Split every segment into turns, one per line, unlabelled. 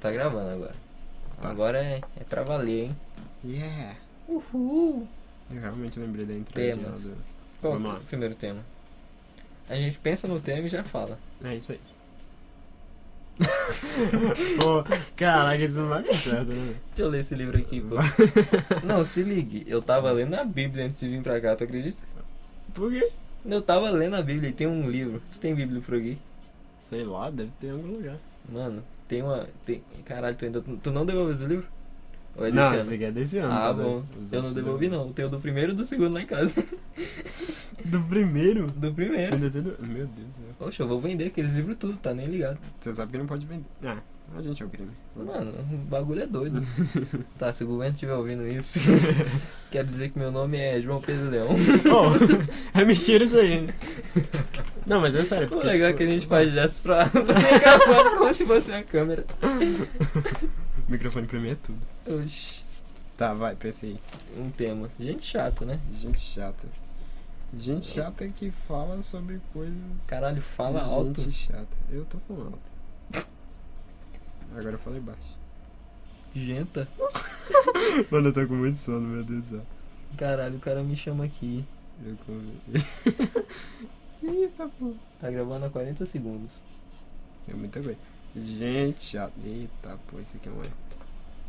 tá gravando agora. Agora é, é pra valer, hein?
Yeah!
Uhul!
Eu realmente lembrei da entradinha lá
Temas.
do...
Qual
Vamos
o
lá.
te- primeiro tema? A gente pensa no tema e já fala.
É isso aí. Pô, caraca, isso não vai dar certo, né?
Deixa eu ler esse livro aqui, pô. Não, se ligue. Eu tava lendo a Bíblia antes de vir pra cá, tu acredita?
Por quê?
Eu tava lendo a Bíblia e tem um livro. Tu tem Bíblia por aqui?
Sei lá, deve ter em algum lugar.
Mano, tem uma. Tem... Caralho, tu ainda. Tu não devolves o livro? Ou é desse
não,
ano?
esse aqui é desse ano.
Ah,
tá
bom.
doido? Os
Eu não
outros
devolvi,
do-
não. Tem o do primeiro e do segundo lá em casa.
Do primeiro?
Do primeiro.
Ainda tem do- Meu Deus do céu.
Oxe, eu vou vender aqueles livros tudo, tá nem ligado.
Você sabe que não pode vender. Ah, a gente é o crime.
Mano, o bagulho é doido. tá, se o governo estiver ouvindo isso, quero dizer que meu nome é João Pedro Leão.
Oh, é mentira isso aí. Não, mas é sério.
O
Porque,
legal é
tipo,
que a gente faz gestos pra, pra pegar a foto como se fosse uma câmera.
Microfone pra mim é tudo.
Oxi,
Tá, vai, pra esse aí.
um tema. Gente chata, né?
Gente chata. Gente chata é que fala sobre coisas.
Caralho, fala
de
alto.
Gente chata. Eu tô falando alto. Agora eu falei baixo.
Genta.
Mano, eu tô com muito sono, meu Deus do céu.
Caralho, o cara me chama aqui.
Eu com... Eita porra.
Tá gravando há 40 segundos.
É muita coisa. Gente chata. Eita porra, isso aqui é um erro.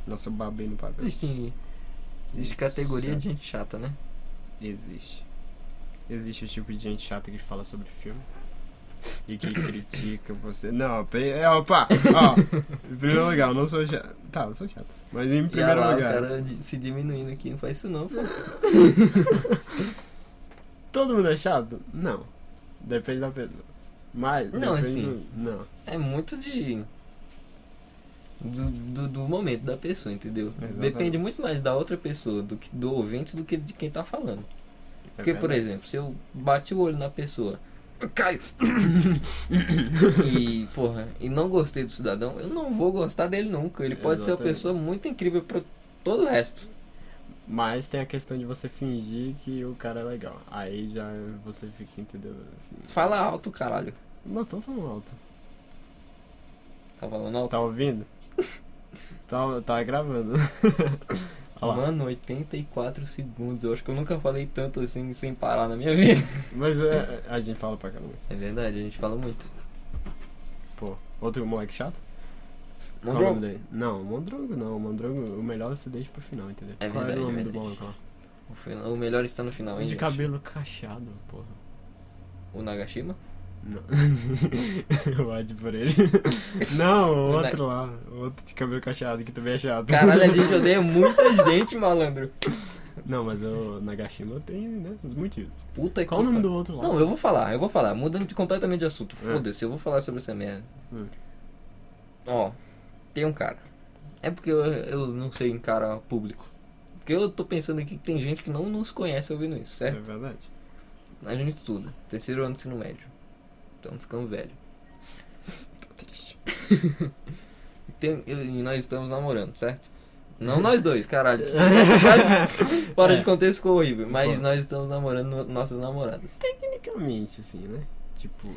Nossa, eu babei no papel.
Existe, existe
Gente
categoria
chata.
de gente chata, né?
Existe. Existe o tipo de gente chata que fala sobre filme. E que critica você. Não, pe- é, opa! Ó, em primeiro lugar, eu não sou chato. Tá, eu sou chato. Mas em
E olha
primeiro
lá, o
lugar.
cara di- se diminuindo aqui. Não faz isso não, pô.
Todo mundo é chato? Não. Depende da pessoa. Mas.
Não,
depende
assim,
do- Não.
É muito de. Do, do, do momento da pessoa, entendeu?
Exatamente.
Depende muito mais da outra pessoa, do que do ouvinte, do que de quem tá falando.
É
Porque, por exemplo, se eu bati o olho na pessoa, Caio! e, porra, e não gostei do cidadão, eu não vou gostar dele nunca. Ele pode ser uma
Exatamente.
pessoa muito incrível pra todo o resto.
Mas tem a questão de você fingir que o cara é legal. Aí já você fica, entendeu? Assim.
Fala alto, caralho.
Mas tô falando alto.
Tá falando alto?
Tá ouvindo? tá, tá gravando. Olha lá.
Mano, 84 segundos. Eu acho que eu nunca falei tanto assim sem parar na minha vida.
Mas é, a gente fala pra caramba.
É verdade, a gente fala muito.
Pô, outro moleque chato? Qual o nome dele? Não, Mondrongo não. Mondrongo, o melhor você deixa pro final, entendeu?
É
Qual era
verdade,
o nome
é
do
verdade.
maluco lá?
O, final- o melhor está no final, hein?
De
gente?
cabelo cacheado, porra.
O Nagashima?
Não. Eu ódio por ele. Não, o
Moleque.
outro lá. O outro de cabelo cacheado, que também é chato.
Caralho, a gente odeia muita gente, malandro.
Não, mas o Nagashima tem, né? Os motivos.
Puta que
Qual o nome
pa-
do outro lá?
Não, eu vou falar, eu vou falar. Mudando de- completamente de assunto.
É.
Foda-se, eu vou falar sobre essa merda.
Hum.
Ó, tem um cara. É porque eu, eu não sei encarar público. Porque eu tô pensando aqui que tem gente que não nos conhece ouvindo isso,
É
certo?
verdade.
A gente estuda. Terceiro ano do ensino médio. Então ficamos velho.
Tá triste.
E tem- eu- e nós estamos namorando, certo? Não nós dois, caralho. Essa frase, fora
É.
de contexto ficou horrível. Mas
Pô.
nós estamos namorando no- nossas namoradas.
Tecnicamente, assim, né? Tipo,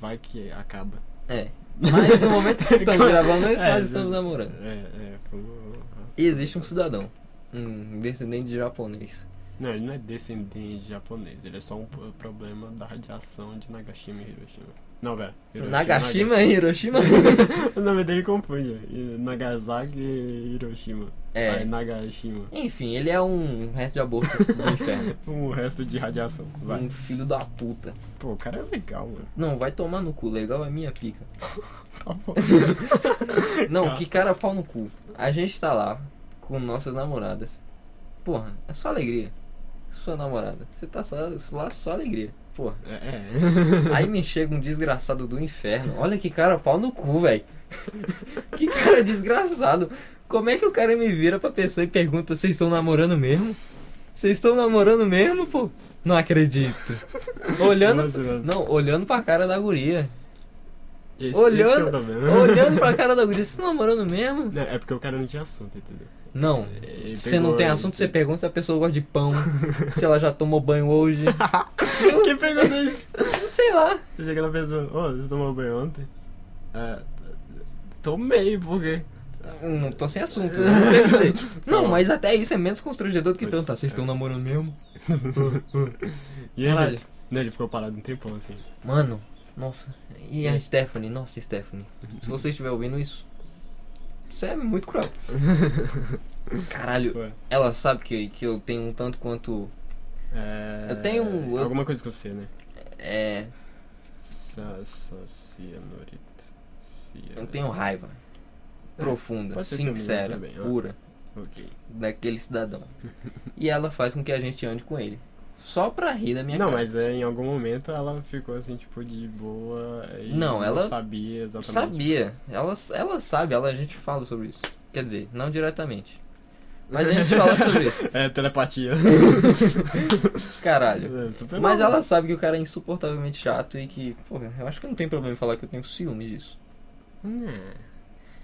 vai que acaba.
É. Mas no momento que estamos gravando isso,
É,
nós
já-
estamos namorando.
É, é. como-
E existe um cidadão, um descendente de japonês.
Não, ele não é descendente de japonês, ele é só um p- problema da radiação de Nagashima e Hiroshima. Não, velho.
Nagashima e Hiroshima?
O nome dele confunde. e Nagasaki e Hiroshima.
É.
Ah, Nagashima. Tipo,
Enfim, ele é um resto de aborto do inferno.
O resto de radiação. Vai.
Um filho da puta.
Pô, o cara é legal, mano.
Não, vai tomar no cu. Legal é minha pica.
Tá bom.
Não, que cara pau no cu. A gente tá lá com nossas namoradas. Porra, é só alegria. Sua namorada. Você tá só- lá só alegria. Porra.
É. é.
Aí me chega um desgraçado do inferno. Olha que cara pau no cu, velho. que cara desgraçado. Como é que o cara me vira pra pessoa e pergunta: Vocês estão namorando mesmo? Vocês estão namorando mesmo, pô? Não acredito. Olhando.
Nossa, mano.
Não, olhando pra cara da guria.
Esse- esse que é o
Olhando.
problema.
olhando pra cara da guria. Vocês estão namorando mesmo?
Não, é porque o cara não tinha assunto, entendeu?
Não.
Ele
Você não
pegou
tem assunto, você
esse-
pergunta se a pessoa gosta de pão, se ela já tomou banho hoje.
Quem perguntou isso?
Sei lá.
Você chega na pessoa, ô, você tomou banho ontem? É, tomei, por quê?
Não tô sem assunto, eu não sei dizer. Não, mas até isso é menos constrangedor do que perguntar, vocês estão namorando mesmo?
E aí,
Caralho.
gente? Não, ele ficou parado um tempão assim.
Mano, nossa. E a Stephanie, nossa Stephanie. Se você estiver ouvindo isso, você é muito cruel. Caralho,
Ué,
ela sabe que, que eu tenho um tanto quanto.
é,
Eu tenho um- eu-
Alguma coisa com você, né?
É.
Sa- sa- Cianorito. Cianorito.
Eu tenho raiva. Profunda,
É, pode ser seu menino
sincera,
também, ó.
pura,
Ok.
daquele cidadão. e ela faz com que a gente ande com ele. Só pra rir da minha
não,
cara.
mas é, em algum momento ela ficou assim, tipo, de boa e
Não, ela
sabia exatamente.
Sabia. Ela, ela sabe, ela, a gente fala sobre isso. Quer dizer, não diretamente. Mas a gente fala sobre isso.
É, telepatia.
Caralho.
É, super
Mas
normal.
ela sabe que o cara é insuportavelmente chato e que, porra, eu acho que não tem problema em falar que eu tenho ciúme disso.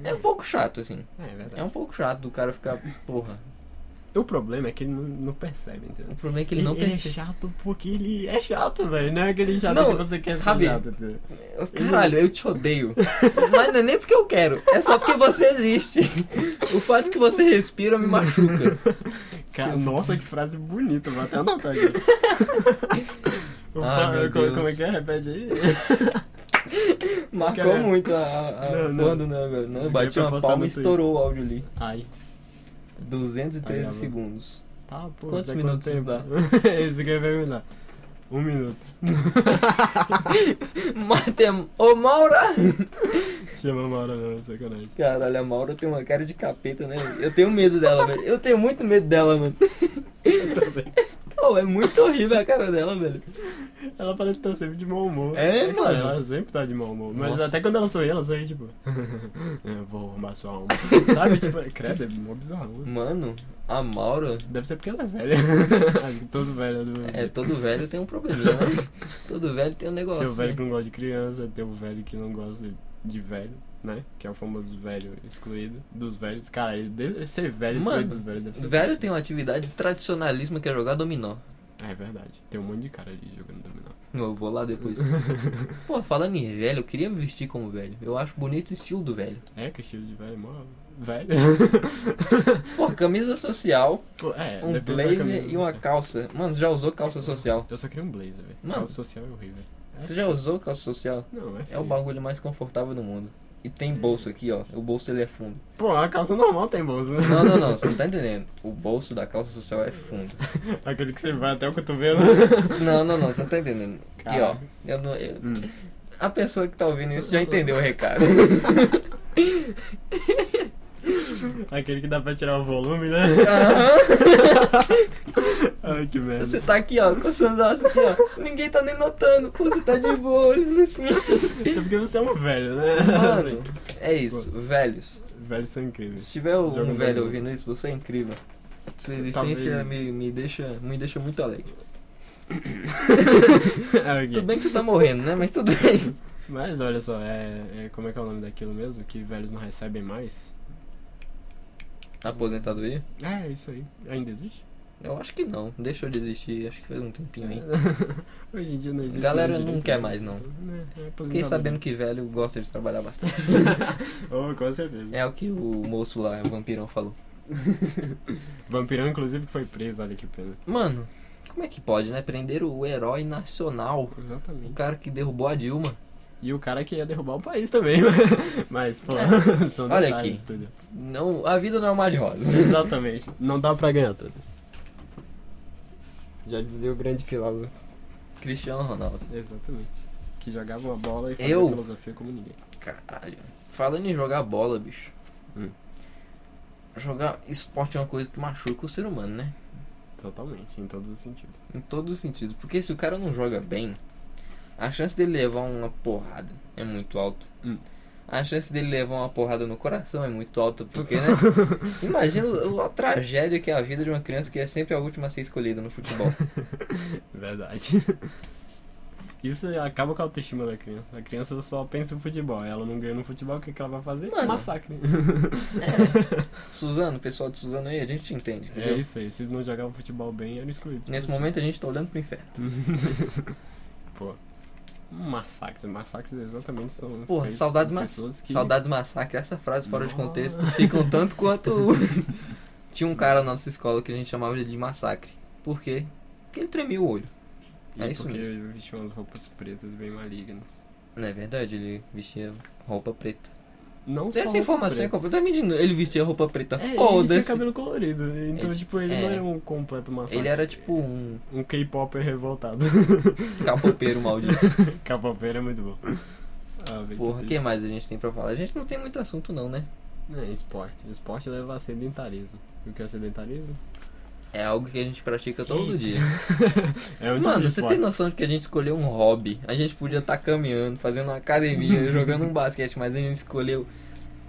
É,
É um pouco chato, assim.
é verdade.
É um pouco chato do cara ficar, porra.
O problema é que ele não, não percebe, entendeu?
O problema é que ele não
ele é
percebe.
chato porque ele é chato, velho. Não é aquele chato
Não,
que você quer ser
sabe-
chato, entendeu?
Caralho, eu te odeio. Mas não é nem porque eu quero, é só porque você existe. O fato que você respira me machuca.
Cara,
Seu-
nossa, que frase bonita, vou até anotar aqui. O
Ah,
pa-
meu
como,
Deus.
como é que é? Repete aí.
Marcou
Cara,
muito a, a
não, não.
porra do negócio.
Isso
Não,
aqui
bati
é pra
uma
postar
palma e
no Twitter.
estourou o áudio ali.
Ai,
213
Tá gravando.
segundos.
tá, pô.
Quantos
dá
minutos
tempo?
dá?
Isso que eu ia perguntar. Um minuto.
Matem... Ô, Maura!
Chama a Maura, não, sacanagem.
Caralho, a Maura tem uma cara de capeta, né? Eu tenho medo dela, velho. Eu tenho muito medo dela, mano. Pô, é muito horrível a cara dela, velho.
Ela parece estar sempre de mau humor.
É,
cara,
mano.
Ela sempre tá de mau humor. Mas
Nossa.
até quando ela sorri, ela sorri, tipo. "Eu vou arrumar sua alma. Sabe? Tipo, credo, é mó bizarro.
Mano, a Maura...
Deve ser porque ela é velha. Todo velho é do
É, todo velho tem um probleminha, né? Todo velho tem um negócio.
Tem o velho que
né?
não gosta de criança, tem o velho que não gosta de velho, né? Que é o famoso velho excluído dos velhos. Cara, ele deve ser velho excluído
Mano,
dos velhos. Deve ser
Velho
triste.
tem uma atividade de tradicionalismo que é jogar dominó.
É verdade. Tem um monte de cara ali jogando dominó.
Eu vou lá depois. Pô, falando em velho, eu queria me vestir como velho. Eu acho bonito o estilo do velho.
É, que estilo de velho, é mó. Velho.
Pô, camisa social,
Pô, é,
um
depende da camisa
blazer e uma
social.
calça. Mano, já usou calça social?
Eu só queria um blazer, velho.
Mano.
Calça social é horrível. É
Você já usou calça social?
Não, é
É
feio.
o bagulho mais confortável do mundo. E tem bolso aqui, ó. O bolso ele é fundo.
Pô, a calça normal tem bolsa.
Não, não, não, você não tá entendendo. O bolso da calça social é fundo.
Aquele que você vai até o cotovelo.
Não, não, não, você não tá entendendo. Aqui, ó.
Caralho.
Eu não, eu-
Hum.
a pessoa que tá ouvindo isso já entendeu o recado.
Aquele que dá pra tirar o volume, né? Ai, que merda.
Ah. Você tá aqui, ó, com os seus ossos aqui, ó. Ninguém tá nem notando. Pô, você tá de boa, olhando assim.
É porque você é um velho, né?
Mano, é isso. Velhos.
Velhos são incríveis.
Se tiver um
Joga um
velho
jogo.
ouvindo isso, você é incrível. Sua
Talvez.
existência me, me, deixa, me deixa muito alegre.
Ah, ok.
Tudo bem que você tá morrendo, né? Mas tudo bem.
Mas olha só, é, é- Como é que é o nome daquilo mesmo? Que velhos não recebem mais?
Aposentadoria?
É, é isso aí. Ainda existe?
Eu acho que não. Deixa eu desistir. Acho que faz um tempinho aí.
É. Hoje em dia não existe.
Galera
nem
não
direito,
quer
né?
mais, não.
É, é
Fiquei
aposentadoria.
sabendo que velho gosta de trabalhar bastante.
Oh, com certeza.
É o que o moço lá, o vampirão, falou.
Vampirão, inclusive, que foi preso, olha que pena.
Mano, como é que pode, né? Prender o herói nacional. O
Exatamente.
cara que derrubou a Dilma.
E o cara que ia derrubar o país também, né? Mas, pô, são
É. Olha
detalhes, entendeu?
Não, a vida não é um mar de rosas.
Exatamente. Não dá pra ganhar todas. Já dizia o grande filósofo.
Cristiano Ronaldo.
Exatamente. Que jogava uma bola e fazia
Eu?
filosofia como ninguém.
Caralho. Falando em jogar bola, bicho.
Hum.
Jogar esporte é uma coisa que machuca o ser humano, né?
Totalmente, em todos os sentidos.
Em todos os sentidos. Porque se o cara não joga bem, a chance dele levar uma porrada é muito alta.
Hum.
A chance dele levar uma porrada no coração é muito alta, porque, né? Imagina o- a tragédia que é a vida de uma criança que é sempre a última a ser escolhida no futebol.
Verdade. Isso acaba com a autoestima da criança. A criança só pensa no futebol. Ela não ganha no futebol, o que, que ela vai fazer?
Mano.
Massacre.
Suzano, pessoal de Suzano aí, a gente te entende,
É
entendeu?
isso aí. Se eles não jogavam futebol bem, eram excluídos.
Nesse momento a gente tá olhando pro inferno.
Pô. Massacres. Massacres exatamente são.
Porra,
feitos
saudades,
por
ma
pessoas que-
saudades massacre, essa frase fora de contexto
Nossa.
ficam tanto quanto. Tinha um cara na nossa escola que a gente chamava de massacre. Por quê? Porque ele tremia o olho.
E
É isso
porque ele vestiu umas roupas pretas bem malignas.
Não é verdade, ele vestia roupa preta.
Não só
Essa
roupa
informação é
preta.
completamente inútil. Ele vestia roupa preta,
É, ele tinha
foda-se.
cabelo colorido, então,
É,
tipo, ele
é.
não é um completo massacre.
Ele era tipo um
Um K-Popper revoltado.
capopeiro maldito.
K-Popper é muito bom. Ah, velho,
Porra, o que
triste.
mais a gente tem pra falar? A gente não tem muito assunto não, né?
É, esporte. Esporte leva a sedentarismo. E o que é sedentarismo?
É algo que a gente pratica todo
Eita.
dia.
É um tipo
Mano,
de
você
esporte.
tem noção de que a gente escolheu um hobby? A gente podia estar caminhando, fazendo uma academia, jogando um basquete, mas a gente escolheu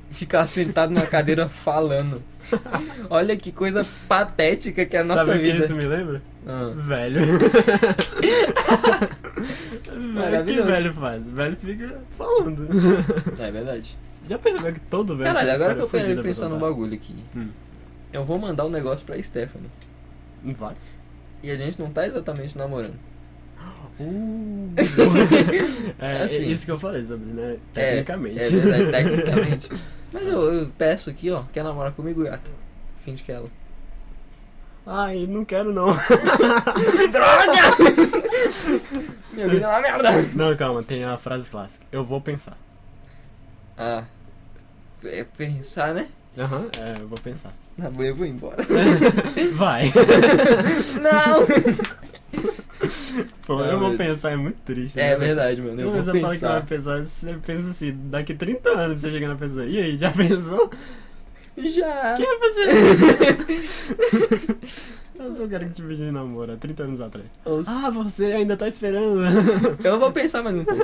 ficar sentado numa cadeira falando. Olha que coisa patética que é a nossa
Sabe o que
vida.
isso me lembra?
Ah,
Velho. velho o que
Maravilhoso.
velho faz? Velho fica falando.
é verdade.
Já percebeu que todo velho
Caralho,
tem
agora que eu
Né? história
parei
fodida pra
pensar num
contar?
bagulho aqui.
Hum.
Eu vou mandar um negócio pra Stephanie.
Não Vai.
E a gente não tá exatamente namorando.
Uh. é, é
Assim.
isso que eu falei sobre, né? Tecnicamente.
É, é verdade, tecnicamente. Mas eu, eu peço aqui, ó, quer namorar comigo, gato? Finge que é ela.
Ai, não quero não.
Droga! Minha vida é uma merda!
Não, calma, tem a frase clássica. Eu vou pensar.
Ah. É pensar, né?
Aham, é, eu vou pensar.
Na boa eu vou embora.
Vai.
Ah, Não!
Pô,
Não,
eu vou
mas-
pensar, é muito triste.
É
né?
verdade, mano. Eu
Não, mas
vou
eu falo que é eu
pensar.
vou pensar, você pensa assim, daqui 30 anos você chega na pessoa. E aí, já pensou?
Já!
Quem vai fazer isso? Eu sou o cara que te pediu em namoro há 30 anos atrás.
Os-
Ah, você ainda tá esperando.
Eu vou pensar mais um pouco.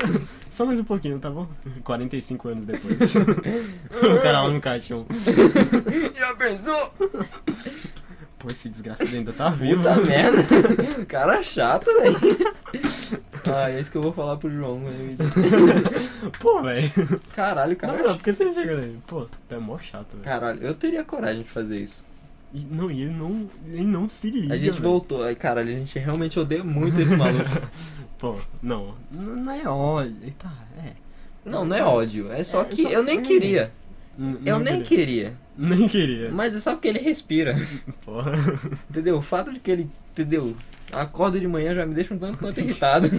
Só mais um pouquinho, tá bom? 45 anos depois. o cara lá no caixão.
Já pensou?
Pô, esse desgraçado ainda tá vivo.
Puta merda! Cara chato, velho. Ah, é isso que eu vou falar pro João, velho.
Pô, velho.
Caralho,
Não,
cara.
não, por que você chega nele? Pô, tu é mó chato, velho.
Caralho, eu teria coragem de fazer isso.
E, não, e ele não, ele não se liga.
A gente
velho.
voltou. Ai, Caralho, a gente realmente odeia muito esse maluco.
Pô, não. N- Não é ódio. Eita, é.
Não, não é ódio. É só
É,
que
só-
eu nem
é.
queria.
N-
Eu
não
nem
queria.
queria.
Nem queria.
Mas é só porque ele respira.
Porra.
Entendeu? O fato de que ele, entendeu? Acorda de manhã já me deixa um tanto quanto irritado.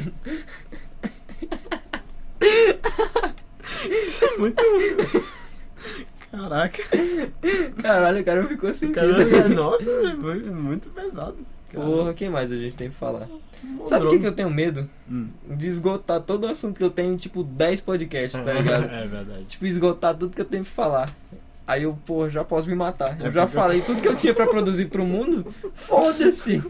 Isso é muito. Caraca.
Caralho, o cara é, ficou sentido.
Caralho, nossa, foi muito pesado.
Porra, o que mais a gente tem pra falar?
Caralho.
Sabe o que, que eu tenho medo?
Hum.
De esgotar todo o assunto que eu tenho em, tipo, 10 podcasts, tá ligado?
É verdade.
tipo, esgotar tudo que eu tenho pra falar. Aí eu, porra, já posso me matar.
É
Eu já
porque eu-
falei tudo que eu tinha pra produzir pro mundo. Foda-se!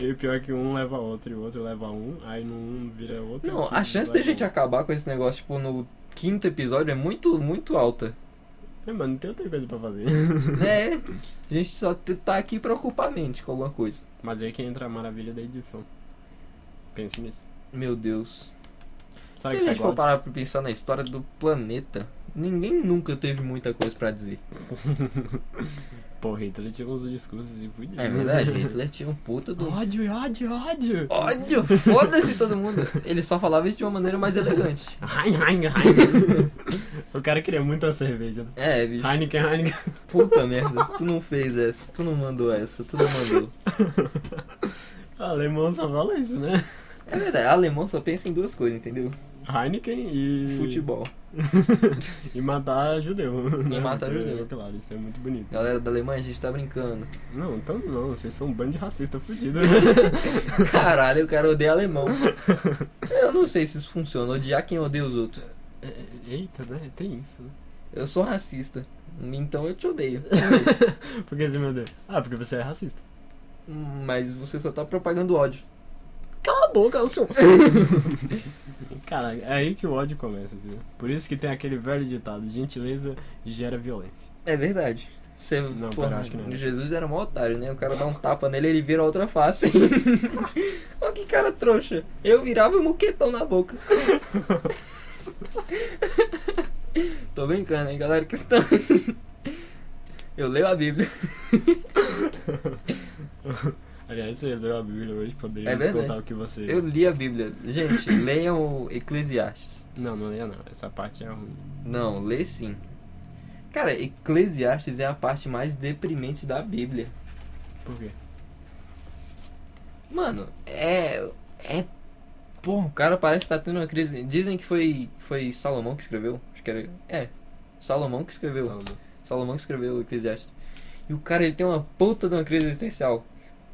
E o pior é que um leva outro e o outro leva um, aí no um vira outro.
Não,
outro
a chance da
leva
gente
um.
acabar com esse negócio, tipo, no quinto episódio é muito, muito alta.
É, mano, não tem outra coisa pra fazer.
né? A gente só t- tá aqui pra ocupar a mente com alguma coisa.
Mas aí que entra a maravilha da edição. Pense nisso.
Meu Deus.
Sabe
Se
que
a gente
tá
for
igual
parar pra pensar na história do planeta, ninguém nunca teve muita coisa pra dizer.
Pô, Hitler tinha uns discursos e fudidos.
É verdade, Hitler tinha um puta do.
Ódio, ódio, ódio.
Ódio! Foda-se todo mundo! Ele só falava isso de uma maneira mais elegante.
Hein, hein, hein. o cara queria muito a cerveja. né?
É, bicho.
Heineken, Heineken.
Puta merda. Tu não fez essa. Tu não mandou essa. Tu não mandou.
Alemão só fala isso, né?
É verdade. Alemão só pensa em duas coisas, entendeu?
Heineken e.
Futebol.
E matar judeu. né?
matar
Porque,
judeu.
Claro, isso é muito bonito.
Galera da Alemanha, a gente tá brincando.
Não, então não, vocês são um bando de racista fudido.
Caralho, o cara odeia alemão. Eu não sei se isso funciona, odiar quem odeia os outros.
É, Eita, né? Tem isso, né?
Eu sou racista, então eu te odeio.
Por que você me odeia? Ah, porque você é racista.
Mas você só tá propagando ódio.
Cala a boca, Alson! Cara, é aí que o ódio começa, entendeu? Por isso que tem aquele velho ditado: gentileza gera violência.
É verdade. Você,
Não,
porra,
pera, acho que não. é.
Jesus era mó otário, né? O cara dá um tapa nele, ele vira a outra face. Olha que cara trouxa. Eu virava um moquetão na boca. Tô brincando, hein, galera cristã. Eu leio a Bíblia.
Aliás, você leu a Bíblia hoje, poderia
É
nos
verdade.
contar o que você.
Eu li a Bíblia. Gente, leiam o Eclesiastes.
Não, não leia não. Essa parte é ruim.
Não, lê sim. Cara, Eclesiastes é a parte mais deprimente da Bíblia.
Por quê?
Mano, é. É. Pô, o cara parece que tá tendo uma crise. Dizem que foi, foi Salomão que escreveu. Acho que era. É. Salomão que escreveu.
Salomão.
Salomão que escreveu Eclesiastes. E o cara, ele tem uma puta de uma crise existencial.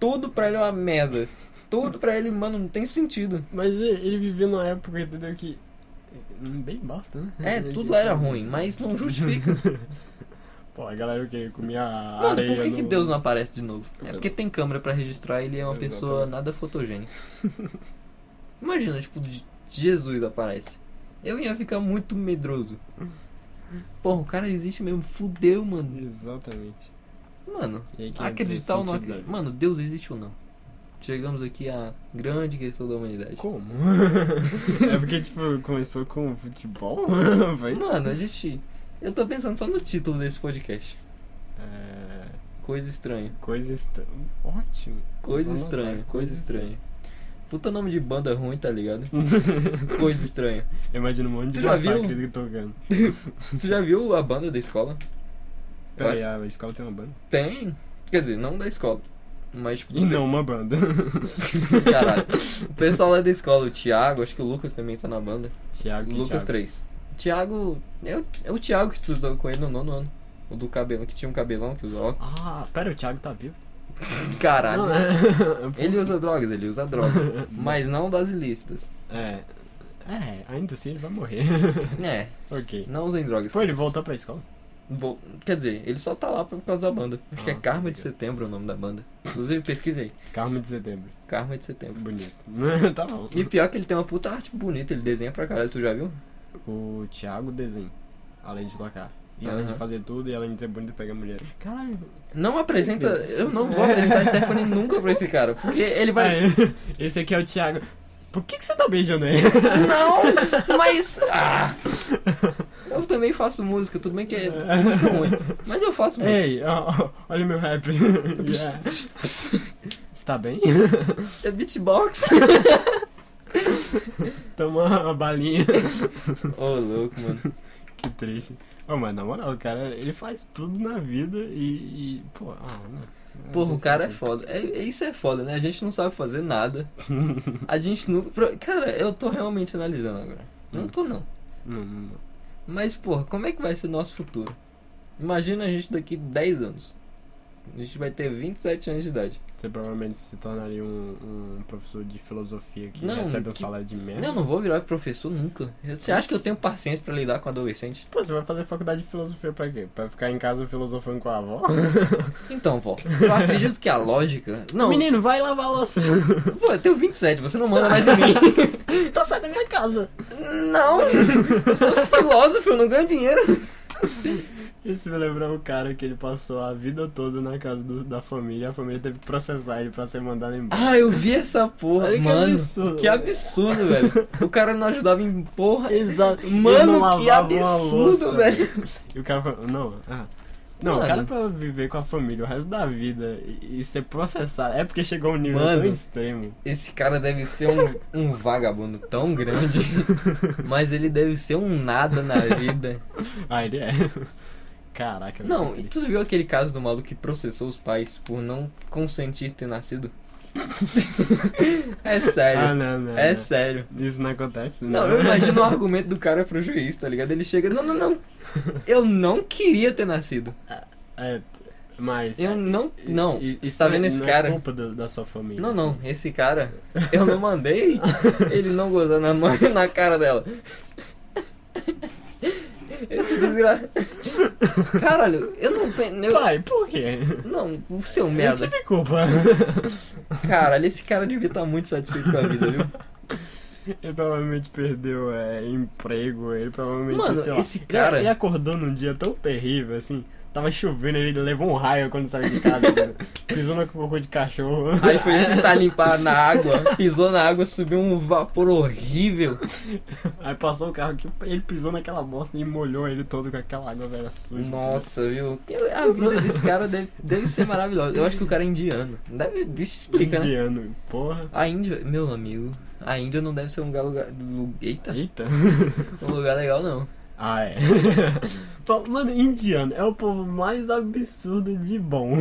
Tudo pra ele é uma merda. Tudo pra ele, mano, não tem sentido.
Mas ele ele viveu numa época, entendeu, que... Bem bosta, né?
É,
Ele
tudo
tinha-
era ruim, mas não justifica.
Pô, a galera que comia
Mano,
areia
por que, que
no-
Deus não aparece de novo? É porque tem câmera pra registrar ele é uma pessoa
Exatamente.
nada fotogênica. Imagina, tipo, de- Jesus aparece. Eu ia ficar muito medroso. Porra, o cara existe mesmo, fudeu, mano.
Exatamente.
Mano,
E aí que entra
acreditar ou
esse
não
sentido da
acreditar.
vida.
Mano, Deus existe ou não? Chegamos aqui à grande questão da humanidade.
Como? é porque, tipo, começou com futebol? Foi é isso?
Mano, a gente. Eu tô pensando só no título desse podcast.
É...
Coisa estranha.
Coisa estranha. Ótimo.
Coisa
Vou anotar,
estranha, coisa estranha. Puta nome de banda ruim, tá ligado? Coisa estranha.
Eu imagino um monte
Tu
de
já viu?
massacre tocando.
Tu já viu a banda da escola?
Pera aí, a escola tem uma banda?
Tem. Quer dizer, não da escola. Mas, tipo,
E não uma banda.
Caralho. O pessoal lá da escola, o Thiago, acho que o Lucas também tá na banda.
Tiago
Lucas
é Thiago.
3. Thiago. É o, é o Thiago que estudou com ele no nono ano. O do cabelo, que tinha um cabelão que usava.
Ah, pera, o Thiago tá vivo?
Caralho.
Não, é...
Ele usa drogas, ele usa drogas. mas não das ilícitas.
É. É, ainda assim ele vai morrer.
É,
ok.
não usem drogas.
Pô, ele
crianças.
voltou pra escola?
Vol- Quer dizer, ele só tá lá por causa da banda. Acho que é
Ah,
Karma de
legal.
Setembro o nome da banda. Inclusive, pesquisei.
Carmo de setembro.
Karma de Setembro.
Bonito. tá bom.
É. E pior que ele tem uma puta arte bonita, ele desenha pra caralho, tu já viu?
O Thiago desenha. Além de tocar. E
Aham.
além de fazer tudo, e além de ser bonito e pegar mulher. Caralho.
Não apresenta. Eu não vou apresentar a Stephanie nunca pra esse cara, porque ele vai.
Aí, esse aqui é o Thiago. Por que, que você tá beijando ele?
Não! Mas. Ah! Eu também faço música, tudo bem que é música ruim. Mas eu faço música.
Ei, ó, ó, olha o meu rap. yeah. Você tá bem?
É beatbox.
Toma uma balinha.
Ô, louco, mano.
Que triste. Ô, mas na moral, o cara, ele faz tudo na vida e. e, pô, ah, não.
Porra, o cara é foda. É, é- isso é foda, né? A gente não sabe fazer nada. A gente não. pro- Cara, eu tô realmente analisando agora. Não
Hum.
tô, não.
Não, não, não.
Mas, porra, como é que vai ser o nosso futuro? Imagina a gente daqui 10 anos. A gente vai ter 27 anos de idade.
Você provavelmente se tornaria um, um professor de filosofia que
Não,
recebe um
que-
salário de merda.
Não, não vou virar professor nunca. Você acha que eu tenho paciência pra lidar com adolescente?
Pô, você vai fazer faculdade de filosofia pra quê? Pra ficar em casa filosofando com a avó?
Então, vó, eu acredito que a lógica. Não,
Menino, vai lavar a louça.
vô, eu tenho 27, você não manda mais em mim.
então sai da minha casa.
Não! Eu sou filósofo, eu não ganho dinheiro.
Isso me lembra o cara que ele passou a vida toda na casa do- da família. A família teve que processar ele pra ser mandado embora.
Ah, eu vi essa porra,
Olha que
mano.
absurdo.
que absurdo, velho. O cara não ajudava em porra.
Exato.
Mano, que absurdo, velho.
E o cara falou, não, ah. Não,
Mano.
o cara pra viver com a família o resto da vida e, e ser processado. É porque chegou um nível
Mano.
tão extremo.
Esse cara deve ser um, um vagabundo tão grande, mas ele deve ser um nada na vida.
Ah, ele é. Caraca,
Não, e
velho.
tu viu aquele caso do maluco que processou os pais por não consentir ter nascido? é
Ah,
sério.
não, não.
é
não.
sério.
Isso não acontece,
Não, eu imagino o argumento do cara pro juiz, tá ligado? Ele chega, não, não, não. Eu não queria ter nascido.
É, mas.
Eu não. Não,
E-
você tá vendo
não
esse
é
cara?
culpa da, da sua família.
Não, não,
assim.
esse cara, eu não mandei ele não gozar na mão e na cara dela. Esse desgraça. Caralho, eu não tenho. eu-
Pai, por quê?
Não, o seu
Eu
merda.
tive culpa.
Caralho, esse cara devia estar muito satisfeito com a vida, viu?
Ele provavelmente perdeu é, emprego, ele provavelmente.
Mano,
sei lá,
esse cara-
Ele, ele acordou num dia tão terrível assim. Tava chovendo, ele levou um raio quando saiu de casa. mano. Pisou no cocô de cachorro.
Aí foi tentar limpar na água, pisou na água, subiu um vapor horrível.
Aí passou o carro aqui, ele pisou naquela bosta e molhou ele todo com aquela água velha suja.
Nossa, viu? A vida desse cara deve, deve ser maravilhosa. Eu acho que o cara é indiano. Deve, deixa eu explicar, né?
Indiano, porra.
A Índia, meu amigo, a Índia não deve ser um lugar, lugar- lu- eita,
Eita.
um lugar legal não.
Ah, é. Pô, Mano, indiano é o povo mais absurdo de bom.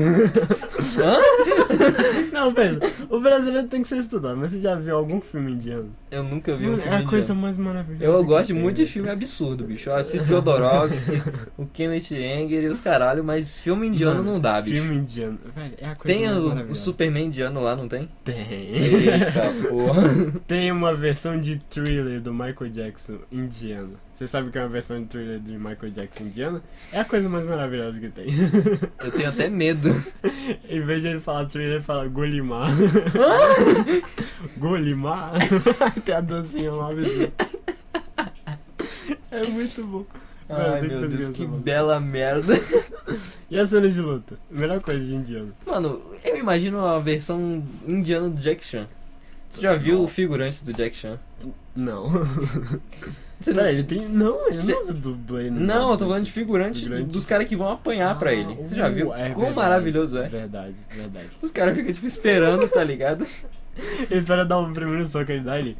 Hã?
Não, pensa, o brasileiro tem que ser estudado, mas você já viu algum filme indiano?
Eu nunca vi um
Mano,
filme
é a
indiano.
coisa mais maravilhosa.
Eu
que
gosto
tem,
muito de
velho.
filme absurdo, bicho. Eu assisto Jodorowsky, o Kenneth Anger e os caralho, mas filme indiano
Mano,
não dá, bicho.
Filme indiano, velho, é a coisa
Tem
mais
o, o
maravilhosa.
Superman indiano lá, não tem?
Tem.
Eita porra.
Tem uma versão de thriller do Michael Jackson indiana. Você sabe o que é uma versão de thriller de Michael Jackson indiana? É a coisa mais maravilhosa que tem.
Eu tenho até medo.
em vez de ele falar thriller, ele fala Golimar. Golimar? tem a dancinha lá mesmo. É muito bom. Mano,
Ai
tem que
meu
fazer
Deus,
essa
que
mano.
bela merda.
E as cenas de luta? Melhor coisa de indiano.
Mano, eu imagino a versão indiana do Jack Chan. Você já viu o figurante do Jack Chan?
Não.
Você
Pera, ele tem. Não, ele
Cê-
não usa dublê. no
Não, eu tô
Brasil.
falando de figurante
Figurante.
dos caras que vão apanhar pra
Ah,
ele. Você já viu?
é
Quão
verdade,
maravilhoso é.
Verdade, verdade.
Os caras ficam tipo esperando, tá ligado?
Ele espera dar o primeiro soco, ele dá ele.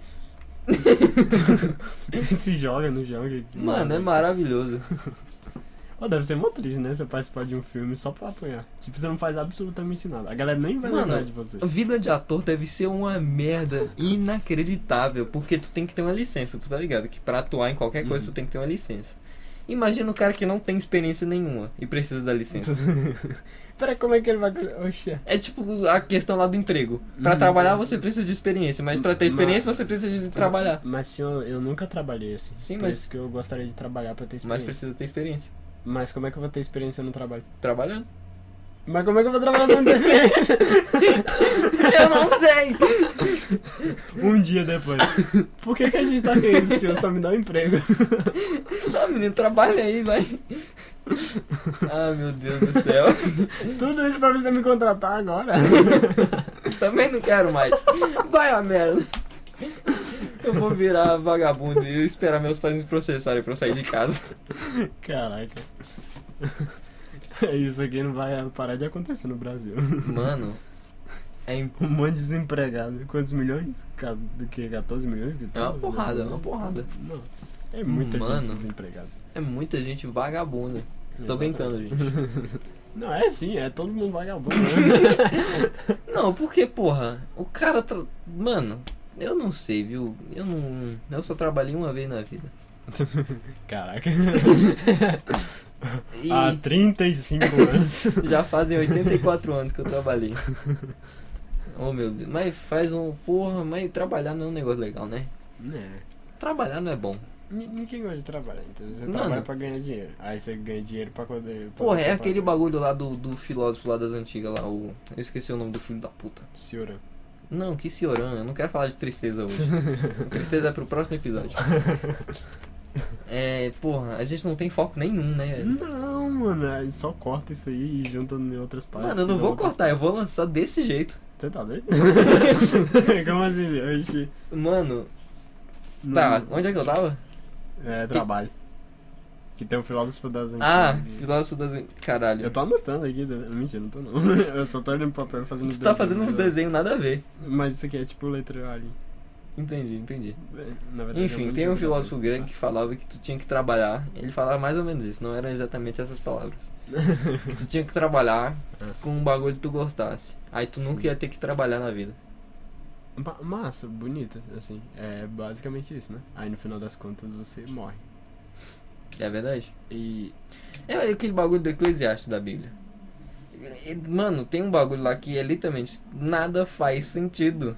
se joga no jogo. que
Mano, é
maravilha.
maravilhoso.
Ó, deve ser mó triste, né? Você participar de um filme só pra apanhar. Tipo, você não faz absolutamente nada. A galera nem vai
Mano,
lembrar de você.
A vida de ator deve ser uma merda inacreditável, porque tu tem que ter uma licença, tu tá ligado? Que pra atuar em qualquer coisa
Uhum.
tu tem que ter uma licença. Imagina o cara que não tem experiência nenhuma e precisa da licença.
Pera, como é que ele vai. Oxe.
É tipo a questão lá do emprego. Pra
Uhum.
trabalhar você precisa de experiência, mas pra ter experiência
Mas-
você precisa de trabalhar.
Mas se eu, eu nunca trabalhei assim.
Sim,
por
mas-
isso que eu gostaria de trabalhar pra ter
Mas
experiência.
precisa ter experiência.
Mas, como é que eu vou ter experiência no trabalho?
Trabalhando.
Mas como é que eu vou trabalhar sem ter experiência?
Eu não sei!
um dia depois. Por que, que a gente tá querendo se eu só me dá um emprego?
Ah, menino, trabalha aí, vai. Ah, meu Deus do céu.
Tudo isso pra você me contratar agora?
Também não quero mais. Vai a merda. Eu vou virar vagabundo e esperar meus pais me processarem pra eu sair de casa.
Caraca. É Isso aqui não vai parar de acontecer no Brasil.
Mano, é, im-
Um monte de desempregado. Quantos milhões? Ca- Do que? 14 milhões? Que
é uma porrada, é uma porrada.
Não. É muita
Mano.
gente desempregada.
É muita gente vagabunda. Tô
Exatamente.
brincando, gente.
Não, é sim, é todo mundo vagabundo. né?
Não, porque, porra, o cara. tra- Mano, eu não sei, viu? Eu não. Eu só trabalhei uma vez na vida.
Caraca.
E
Há 35 anos.
já fazem 84 anos que eu trabalhei. Oh meu Deus, mas faz um. Porra, mas trabalhar não é um negócio legal, né?
Né.
Trabalhar não é bom.
Ni- Ninguém gosta de trabalhar, então você
Mano.
trabalha pra ganhar dinheiro. Aí você ganha dinheiro pra poder. pra
Porra, é
poder
aquele
trabalhar.
bagulho lá do, do filósofo lá das antigas lá, o. Eu esqueci o nome do filho da puta.
Senhora.
Não, que senhorã, eu não quero falar de tristeza hoje. tristeza é pro próximo episódio. É, porra, a gente não tem foco nenhum, né?
Hum? Não, mano, aí só corta isso aí e junta em outras partes.
Mano, eu não
dá
vou
outras-
cortar, eu vou lançar desse jeito.
Você tá doido? Como assim? Oxi.
Mano,
Não-
tá, onde é que eu tava?
É, trabalho. Que tem um filósofo das antigas.
Ah, filósofo das. an- Caralho.
Eu tô anotando aqui. né? Mentira, não tô não. Eu só tô olhando pro papel e fazendo né?
Tu tá fazendo uns desenhos nada a ver.
Mas isso aqui é tipo letra ali.
Entendi, entendi.
Na verdade, é
Enfim,
muito
tem um
letra
filósofo
ali.
grego que falava que tu tinha que trabalhar. Ele falava mais ou menos isso, não eram exatamente essas palavras. que tu tinha que trabalhar
É.
com um bagulho que tu gostasse. Aí tu nunca
Sim.
ia ter que trabalhar na vida.
Ma- Massa, bonita, assim. É basicamente isso, né? Aí no final das contas você morre.
É verdade?
E.
É aquele bagulho do Eclesiastes da Bíblia. E, Mano, tem um bagulho lá que é literalmente nada faz sentido.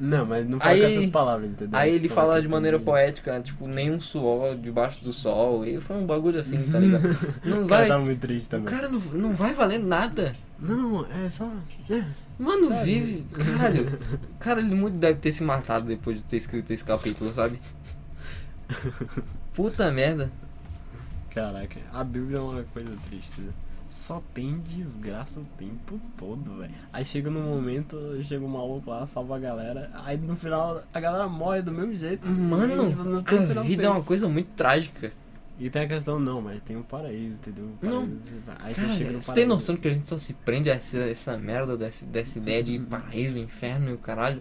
não, mas não fala
Aí-
com essas palavras, entendeu?
Aí ele
Tipo, uma
fala de
questão
maneira poética, tipo, nenhum suor debaixo do sol. E foi um bagulho assim, tá ligado? Não
O cara
vai.
tá muito triste
O
também.
cara não, não vai valer nada.
Não, é só. É.
Mano,
Sabe?
vive. Caralho. Cara, ele muito deve ter se matado depois de ter escrito esse capítulo, sabe? Puta merda.
Caraca, a Bíblia é uma coisa triste, né? Só tem desgraça o tempo todo, velho. Aí chega num momento, chega um maluco lá, salva a galera. Aí no final a galera morre do mesmo jeito.
Mano,
Aí, tipo, não tem
A
final
vida é
feliz.
uma coisa muito trágica.
E tem a questão, não, mas tem um paraíso, entendeu? Um
Não.
paraíso, Aí
Cara,
você chega no
você tem
paraíso.
noção que a gente só se prende a essa, essa merda dessa, dessa ideia
Uhum.
de paraíso, inferno e o caralho?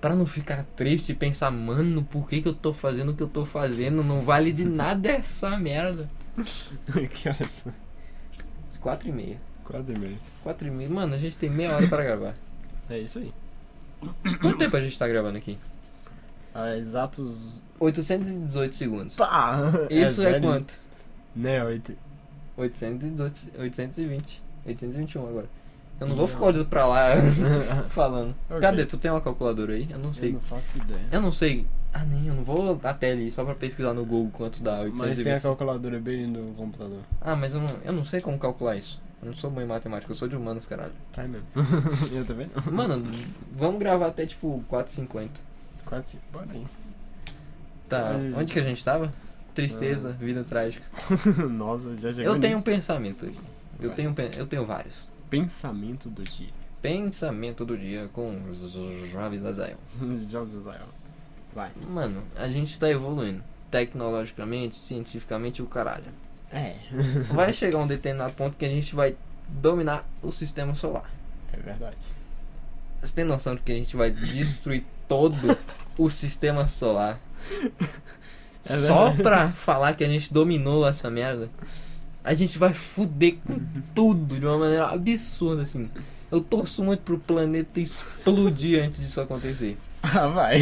Pra não ficar triste e pensar, mano, por que, que eu tô fazendo o que eu tô fazendo? Não vale de nada essa merda.
que horas? são?
Quatro e meia.
Quatro e meia.
Quatro e meia. Mano, a gente tem meia hora pra gravar.
É isso aí.
Quanto tempo a gente tá gravando aqui?
Ah, exatos.
818 segundos.
Tá!
Isso é,
velho.
quanto?
Né, oito.
818, 820. 821 agora. Eu não
Não.
vou ficar olhando pra lá falando.
Ok.
Cadê? Tu tem uma calculadora aí? Eu não sei.
Eu não faço ideia.
Eu não sei. Ah, nem, eu não vou até ali só pra pesquisar no Google quanto dá
Mas tem a
820.
calculadora bem no computador.
Ah, mas eu não, eu não sei como calcular isso. Eu não sou bom em matemática, eu sou de humanos, caralho.
Tá aí mesmo. eu também não.
Mano, vamos gravar até tipo 4,50.
Quatro, cinco. Bora aí.
Tá,
Ai,
onde que a gente tava? Tristeza, vida trágica.
Nossa, Ah. já chegou
Eu tenho um
nisso.
pensamento aqui. Eu
Vai.
tenho, um pen- eu tenho vários.
Pensamento do dia.
Pensamento do dia com os Javes da Zion.
José Israel. Vai.
Mano, a gente tá evoluindo. Tecnologicamente, cientificamente, o caralho.
É.
Vai chegar um determinado ponto que a gente vai dominar o sistema solar.
É verdade.
Você tem noção de que a gente vai destruir todo o sistema solar?
É
Só
verdade.
pra falar que a gente dominou essa merda? A gente vai fuder com tudo de uma maneira absurda, assim. Eu torço muito pro planeta explodir antes disso acontecer.
Ah, vai.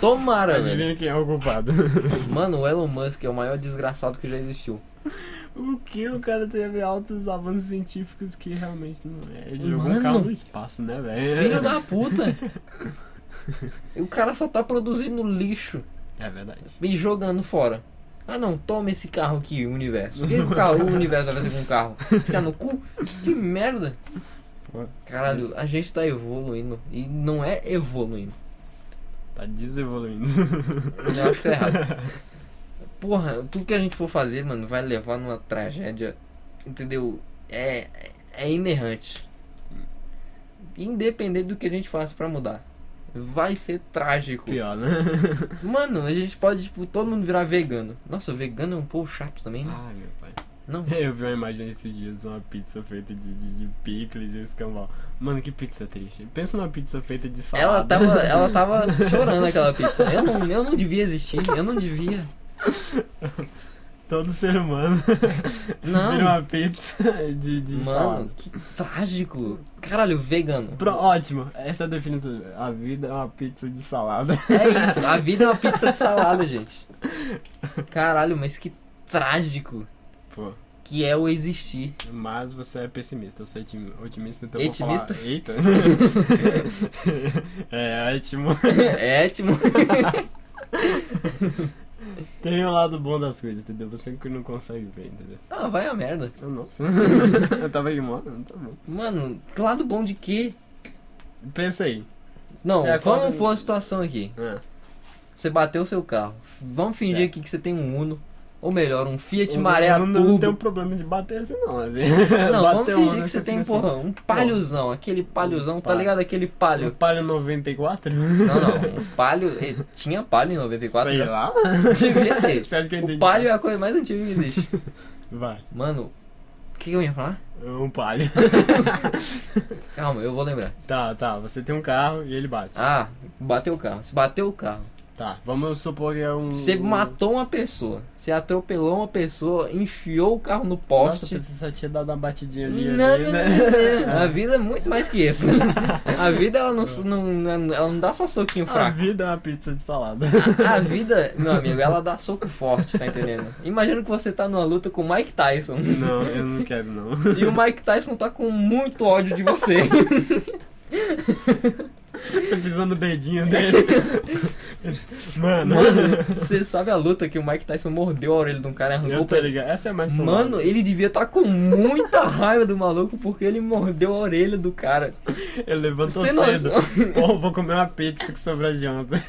Tomara, velho.
Adivinha quem é o culpado.
Mano, o Elon Musk é o maior desgraçado que já existiu.
O que o cara teve altos avanços científicos que realmente não é. Ele jogou
Mano.
um carro no espaço, né, velho?
Filho da puta! o cara só tá produzindo lixo
É verdade.
e jogando fora. Ah não, toma esse carro aqui, universo. O que o, carro, o universo vai fazer com o carro? Ficar no cu? Que merda!
Pô,
Caralho, a gente tá evoluindo e não é evoluindo.
tá desevoluindo.
Eu acho que tá errado. Porra, tudo que a gente for fazer, mano, vai levar numa tragédia, entendeu? É, é inerrante. Independente do que a gente faça pra mudar. Vai ser trágico.
Pior, né?
Mano, a gente pode, tipo, todo mundo virar vegano. Nossa, vegano é um povo chato também, né?
Ai, meu pai.
Não.
Eu vi uma imagem esses dias, uma pizza feita de, de, de picles e um escambau. Mano, que pizza triste. Pensa numa pizza feita de
Ela
salada.
tava, ela tava chorando aquela pizza. Eu não, eu não devia existir, eu não devia.
Todo ser humano vira
Não.
uma pizza de, de
Mano,
salada.
que trágico. Caralho, vegano.
Pro, ótimo, essa é a definição. A vida é uma pizza de salada.
É isso, a vida é uma pizza de salada, gente. Caralho, mas que trágico
Pô,
que é o existir.
mas você é pessimista, eu sou otim- otimista, então
Otimista?
eu vou falar. Eita! é, ótimo.
É étimo.
Tem um lado bom das coisas, entendeu? Você que não consegue ver, entendeu?
Ah, vai a merda.
Ah, Nossa, eu tava ignorando, tá bom.
Mano, que lado bom de quê?
Pensa aí.
Não,
Você acorda-
vamos pôr a situação aqui.
Ah,
Você bateu o seu carro. Vamos fingir
Certo.
aqui que você tem um Uno. Ou melhor, um Fiat
eu
Maré
não, não, não
Turbo.
tem um problema de bater assim, não. Assim.
Não, vamos
Bateu
fingir
uma,
que você tem,
fica assim.
porra, um palhozão. Aquele palhozão, tá
palio.
ligado? Aquele
Assim, um
palho.
palio 94?
Não, não. Um palho... eh, Tinha palho em 94?
Sei
já?
lá.
Devia ter.
Você acha que eu entendi?
O palho é a coisa mais antiga que existe.
Vai,
Mano, o que, que eu ia falar?
um palio.
Calma, eu vou lembrar.
Tá, tá, você tem um carro e ele bate.
Ah, bateu o carro. Você bateu o carro.
Tá, vamos supor que é um.
Você matou uma pessoa. Você atropelou uma pessoa, enfiou o carro no
Nossa,
poste.
você só tinha dado uma batidinha ali.
Não,
ali,
não,
né?
não, não. A vida é muito mais que isso. A vida ela não, não- ela não dá só soquinho
A
fraco.
vida é uma pizza de salada.
A vida, meu amigo, ela dá soco forte, tá entendendo? Imagina que você tá numa luta com o Mike Tyson.
não, eu não quero, não.
E o Mike Tyson tá com muito ódio de você.
Você pisou no dedinho dele. Mano,
Mano, você sabe a luta que o Mike Tyson mordeu a orelha de um cara e arrancou
eu
o
tô ligado. Essa é mais provável.
Mano, ele devia estar com muita raiva do maluco porque ele mordeu a orelha do cara.
ele levantou
Você tem
cedo.
noção?
Pô, vou comer uma pizza que sobrou de ontem.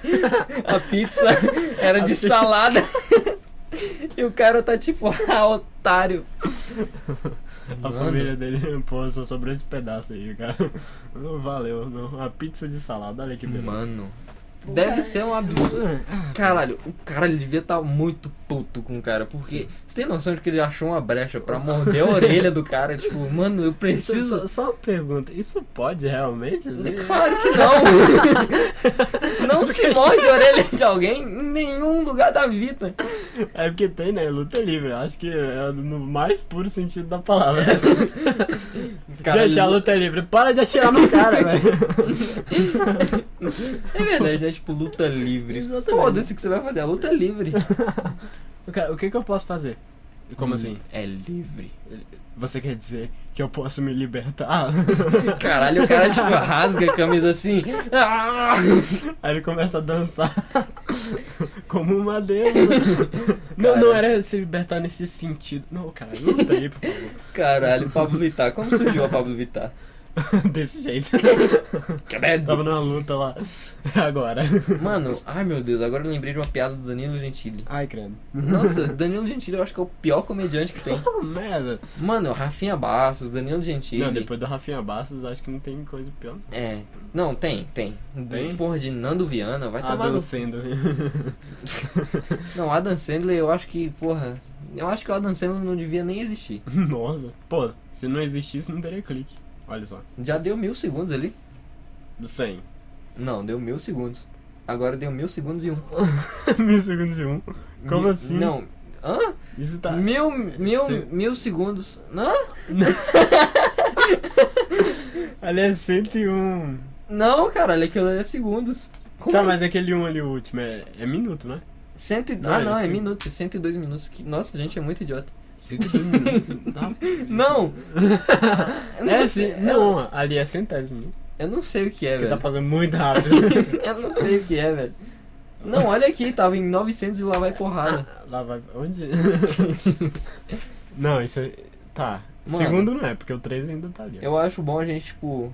A pizza era
A
de
pi-
salada. E o cara tá tipo, ah, otário.
A
Mano.
família dele, pô, só sobrou esse pedaço aí, cara. Não valeu, não. Uma pizza de salada, olha que beleza.
Mano. Deve ser um absurdo. Caralho, o cara ele devia estar muito puto com o cara. Porque você tem noção de que ele achou uma brecha pra morder a orelha do cara? Tipo, mano, eu preciso.
Só, só uma pergunta, isso pode realmente? assim?
É Claro que não! não se morde a orelha de alguém em nenhum lugar da vida.
É porque tem, né? Luta livre. eu Acho que é no mais puro sentido da palavra. Gente, a luta é livre. Para de atirar no cara, velho.
É verdade, né? Tipo, luta livre.
Exatamente.
Foda-se o que você vai fazer, a luta é livre.
O cara, o que, que eu posso fazer? Como assim?
É livre.
Você quer dizer que eu posso me libertar?
Caralho, o cara, tipo, rasga a camisa assim. Ah!
Aí ele começa a dançar como uma deusa. Não, não era se libertar nesse sentido. Não, cara, não tem, por favor.
Caralho, Pablo Vittar. Como surgiu a Pablo Vittar?
Desse jeito. Tava
Credo.
numa luta lá. Agora.
Mano, ai meu Deus, agora eu lembrei de uma piada do Danilo Gentili.
Ai, credo.
Nossa, Danilo Gentili eu acho que é o pior comediante que tem.
Oh, merda.
Mano, Rafinha Bastos, Danilo Gentili.
Não, depois do Rafinha Bastos, acho que não tem coisa pior. não.
É. Não, tem, tem.
Tem?
Porra de Nando Viana, vai tomar
Adam
no.
Sandler.
Não, Adam Sandler eu acho que, porra. Eu acho que o Adam Sandler não devia nem existir.
Nossa. Pô, se não existisse, não teria clique. Olha só.
Já deu mil segundos ali?
Do 100.
Não, deu mil segundos. Agora deu mil segundos e um.
Mil segundos e um. Como
Mi-
assim?
Não. Hã?
Isso tá.
Mil, mil,
Se-
mil segundos. Hã?
Ali é 101.
Não, caralho, aquilo ali é segundos. Como? é?
Tá, mas aquele um ali, o último, é, é minuto, né?
Cento e...
Não,
Ah, não,
é
é
sim.
minutos, 102 minutos. Que... Nossa, gente, é muito idiota.
101 minutos.
Não! Eu
É
sei-
sim, não, ali é centésimo.
Eu não sei o que é,
Porque
velho.
tá fazendo muito rápido.
Eu não sei o que é, velho. Não, olha aqui, tava em 900 e lá vai porrada.
Lá vai. Onde? não, isso é. Tá.
Mano.
Segundo não é, porque o 3 ainda tá ali. ó.
Eu acho bom a gente, tipo,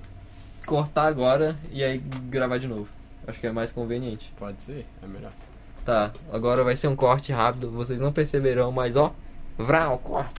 cortar agora e aí gravar de novo. Acho que é mais conveniente.
Pode ser, é melhor.
Tá, agora vai ser um corte rápido, vocês não perceberão, mas ó, vral, corte.